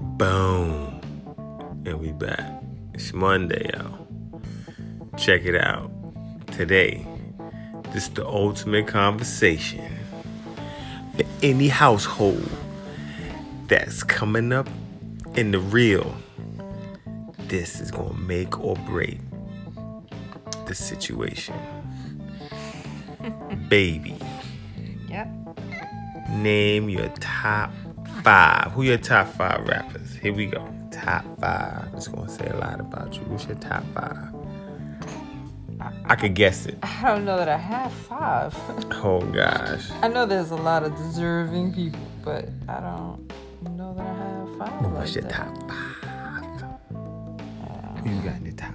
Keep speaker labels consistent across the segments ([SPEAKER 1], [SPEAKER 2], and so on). [SPEAKER 1] Boom. And we back. It's Monday, y'all. Check it out. Today, this is the ultimate conversation for any household that's coming up in the real. This is going to make or break the situation. Baby,
[SPEAKER 2] Yep.
[SPEAKER 1] name your top five. Who your top five rappers? Here we go. Top five. It's going to say a lot about you. Who's your top five? I could guess it.
[SPEAKER 2] I don't know that I have five.
[SPEAKER 1] Oh gosh.
[SPEAKER 2] I know there's a lot of deserving people, but I don't know that I have five. like
[SPEAKER 1] What's your
[SPEAKER 2] that.
[SPEAKER 1] top five? Who you got in your top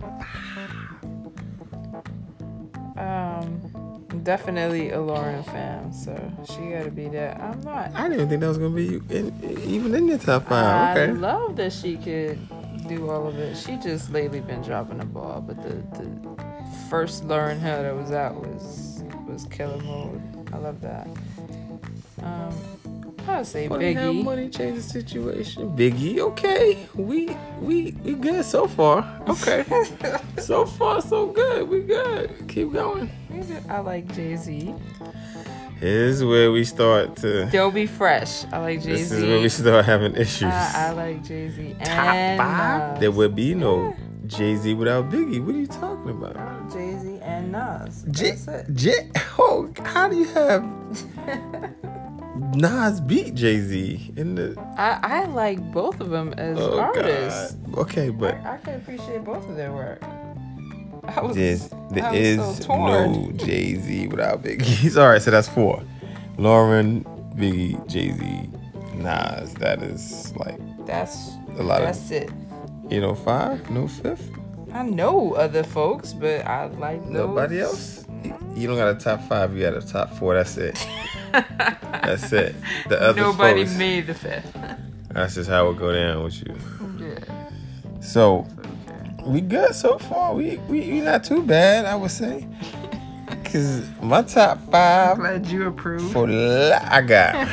[SPEAKER 1] five?
[SPEAKER 2] Um, definitely a Lauren fan, so she gotta be there. I'm not.
[SPEAKER 1] I didn't even think that was gonna be you in, even in your top
[SPEAKER 2] I
[SPEAKER 1] five. Oh, Okay.
[SPEAKER 2] love that she could do all of it. She just lately been dropping the ball, but the, the first Lauren Hill that was out was was killer mode. I love that. Um, I would say
[SPEAKER 1] Money, how
[SPEAKER 2] Biggie.
[SPEAKER 1] money changes the situation. Biggie, okay. We we we good so far. Okay. so far so good. We good. Keep going.
[SPEAKER 2] I like Jay Z.
[SPEAKER 1] Here's where we start to
[SPEAKER 2] Dobie Fresh. I like Jay Z.
[SPEAKER 1] this is where we start having issues.
[SPEAKER 2] I, I
[SPEAKER 1] Uh,
[SPEAKER 2] like Jay Z.
[SPEAKER 1] top
[SPEAKER 2] and
[SPEAKER 1] five?
[SPEAKER 2] Nas.
[SPEAKER 1] There would be no Jay Z without Biggie. What are you talking about?
[SPEAKER 2] Jay Z and Nas.
[SPEAKER 1] J-
[SPEAKER 2] That's it.
[SPEAKER 1] J- oh, how do you have Nas beat Jay Z in the?
[SPEAKER 2] I, I like both of them as
[SPEAKER 1] Oh
[SPEAKER 2] artists.
[SPEAKER 1] God. Okay, but
[SPEAKER 2] I, I can appreciate both of their work. I was,
[SPEAKER 1] there's
[SPEAKER 2] I
[SPEAKER 1] there
[SPEAKER 2] was
[SPEAKER 1] is
[SPEAKER 2] so torn.
[SPEAKER 1] no Jay Z without Biggie. All right, so that's four. Lauren, Biggie, Jay Z, Nas. That is like
[SPEAKER 2] That's
[SPEAKER 1] A lot of-
[SPEAKER 2] That's it.
[SPEAKER 1] you know five, no fifth.
[SPEAKER 2] I know other folks, but I like those.
[SPEAKER 1] Nobody else. You- You don't got a top five. You got a top four. That's it. That's it. The other
[SPEAKER 2] Nobody
[SPEAKER 1] folks.
[SPEAKER 2] made the fifth.
[SPEAKER 1] That's just how it go down with you.
[SPEAKER 2] yeah.
[SPEAKER 1] So
[SPEAKER 2] Okay.
[SPEAKER 1] we good so far. We we, we not too bad, I would say. Cause my top five
[SPEAKER 2] Glad you approve.
[SPEAKER 1] for la- I got.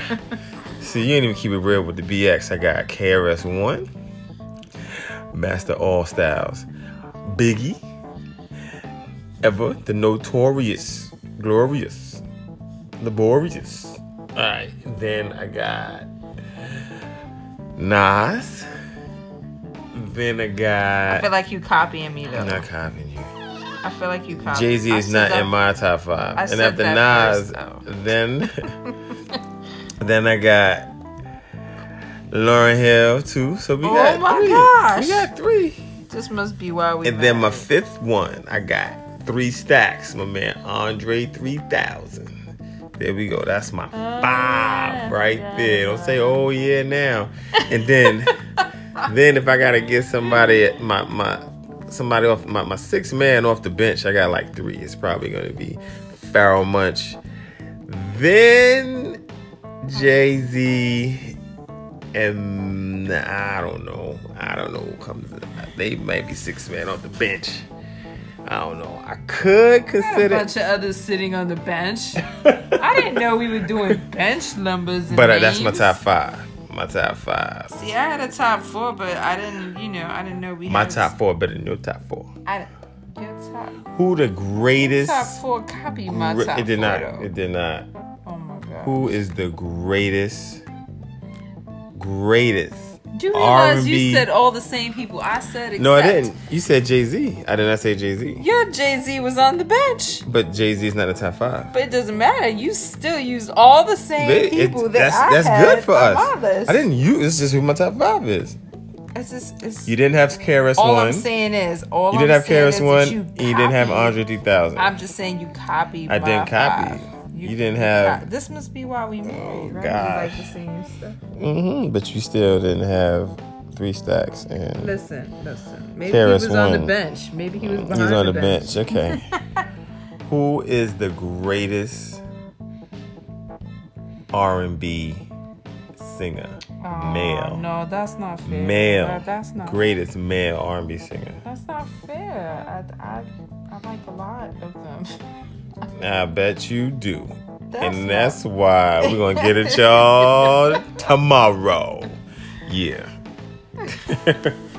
[SPEAKER 1] See, you ain't even keep it real with the BX. I got KRS One, Master All Styles, Biggie, Ever the Notorious, Glorious, Laborious. All right, then I got Nas. Then I got.
[SPEAKER 2] I feel like you copying me though.
[SPEAKER 1] I'm not copying you.
[SPEAKER 2] I feel like you copying.
[SPEAKER 1] Jay Z
[SPEAKER 2] I
[SPEAKER 1] is
[SPEAKER 2] said
[SPEAKER 1] not
[SPEAKER 2] that-
[SPEAKER 1] in my top five.
[SPEAKER 2] I
[SPEAKER 1] and
[SPEAKER 2] said
[SPEAKER 1] after
[SPEAKER 2] that
[SPEAKER 1] Nas,
[SPEAKER 2] first, though.
[SPEAKER 1] then then I got Lauren Hill too. So we
[SPEAKER 2] Oh
[SPEAKER 1] got
[SPEAKER 2] my
[SPEAKER 1] three.
[SPEAKER 2] gosh.
[SPEAKER 1] We got three.
[SPEAKER 2] This must be why we.
[SPEAKER 1] And then my
[SPEAKER 2] married.
[SPEAKER 1] fifth one, I got three stacks. My man Andre three thousand. There we go. That's my five right there. Don't say oh yeah now. And then then if I gotta get somebody at my my somebody off my, my sixth man off the bench, I got like three. It's probably gonna be Farrell Munch. Then Jay Z and I don't know. I don't know who comes. They might be six man off the bench. I don't know. I could
[SPEAKER 2] a
[SPEAKER 1] consider,
[SPEAKER 2] bunch of others sitting on the bench. I didn't know we were doing bench numbers. And
[SPEAKER 1] but uh, that's my
[SPEAKER 2] names.
[SPEAKER 1] top five. My top five.
[SPEAKER 2] See, I had a top four, but I didn't. You know, I didn't know we.
[SPEAKER 1] My
[SPEAKER 2] had
[SPEAKER 1] top four better than your top four.
[SPEAKER 2] I, your top
[SPEAKER 1] Who the greatest?
[SPEAKER 2] top four copy my
[SPEAKER 1] Re-
[SPEAKER 2] top
[SPEAKER 1] it did
[SPEAKER 2] four.
[SPEAKER 1] not.
[SPEAKER 2] Though.
[SPEAKER 1] It did not.
[SPEAKER 2] oh my god.
[SPEAKER 1] Who is the greatest? Greatest.
[SPEAKER 2] Do you realize
[SPEAKER 1] R&B?
[SPEAKER 2] you said all the same people I said? Except
[SPEAKER 1] No, I didn't. You said Jay Z. I did not say Jay Z.
[SPEAKER 2] Your Jay Z was on the bench,
[SPEAKER 1] But Jay Z is not a top five.
[SPEAKER 2] but it doesn't matter. You still used all the same
[SPEAKER 1] They- it-
[SPEAKER 2] people that
[SPEAKER 1] that's
[SPEAKER 2] I
[SPEAKER 1] that's
[SPEAKER 2] had
[SPEAKER 1] good for us.
[SPEAKER 2] on my list.
[SPEAKER 1] I didn't use. It's just who my top five is.
[SPEAKER 2] It's just, it's,
[SPEAKER 1] You didn't have KRS
[SPEAKER 2] all
[SPEAKER 1] One.
[SPEAKER 2] I'm saying is all
[SPEAKER 1] you
[SPEAKER 2] I'm
[SPEAKER 1] didn't have
[SPEAKER 2] saying is
[SPEAKER 1] KRS
[SPEAKER 2] that
[SPEAKER 1] One.
[SPEAKER 2] You,
[SPEAKER 1] and you didn't have
[SPEAKER 2] copied-
[SPEAKER 1] Andre 3000.
[SPEAKER 2] I'm just saying you copied.
[SPEAKER 1] I
[SPEAKER 2] my
[SPEAKER 1] didn't copy.
[SPEAKER 2] five.
[SPEAKER 1] You didn't have- Oh,
[SPEAKER 2] co- this must be why we married, right? We
[SPEAKER 1] gosh.
[SPEAKER 2] like the same stuff.
[SPEAKER 1] hmm But you still didn't have three stacks and
[SPEAKER 2] Listen, listen. Maybe
[SPEAKER 1] Karis
[SPEAKER 2] he was on the
[SPEAKER 1] won.
[SPEAKER 2] bench. Maybe he was behind
[SPEAKER 1] he's on the bench. Okay. who is the greatest R&B singer?
[SPEAKER 2] Aw,
[SPEAKER 1] male.
[SPEAKER 2] Oh, No, that's not fair.
[SPEAKER 1] Male.
[SPEAKER 2] That- that's not.
[SPEAKER 1] Greatest male R&B singer.
[SPEAKER 2] That's not fair. I, I, I like a lot of them.
[SPEAKER 1] I bet you do.
[SPEAKER 2] That's
[SPEAKER 1] and
[SPEAKER 2] not-
[SPEAKER 1] that's why we're going to get it, y'all, tomorrow. Yeah. it.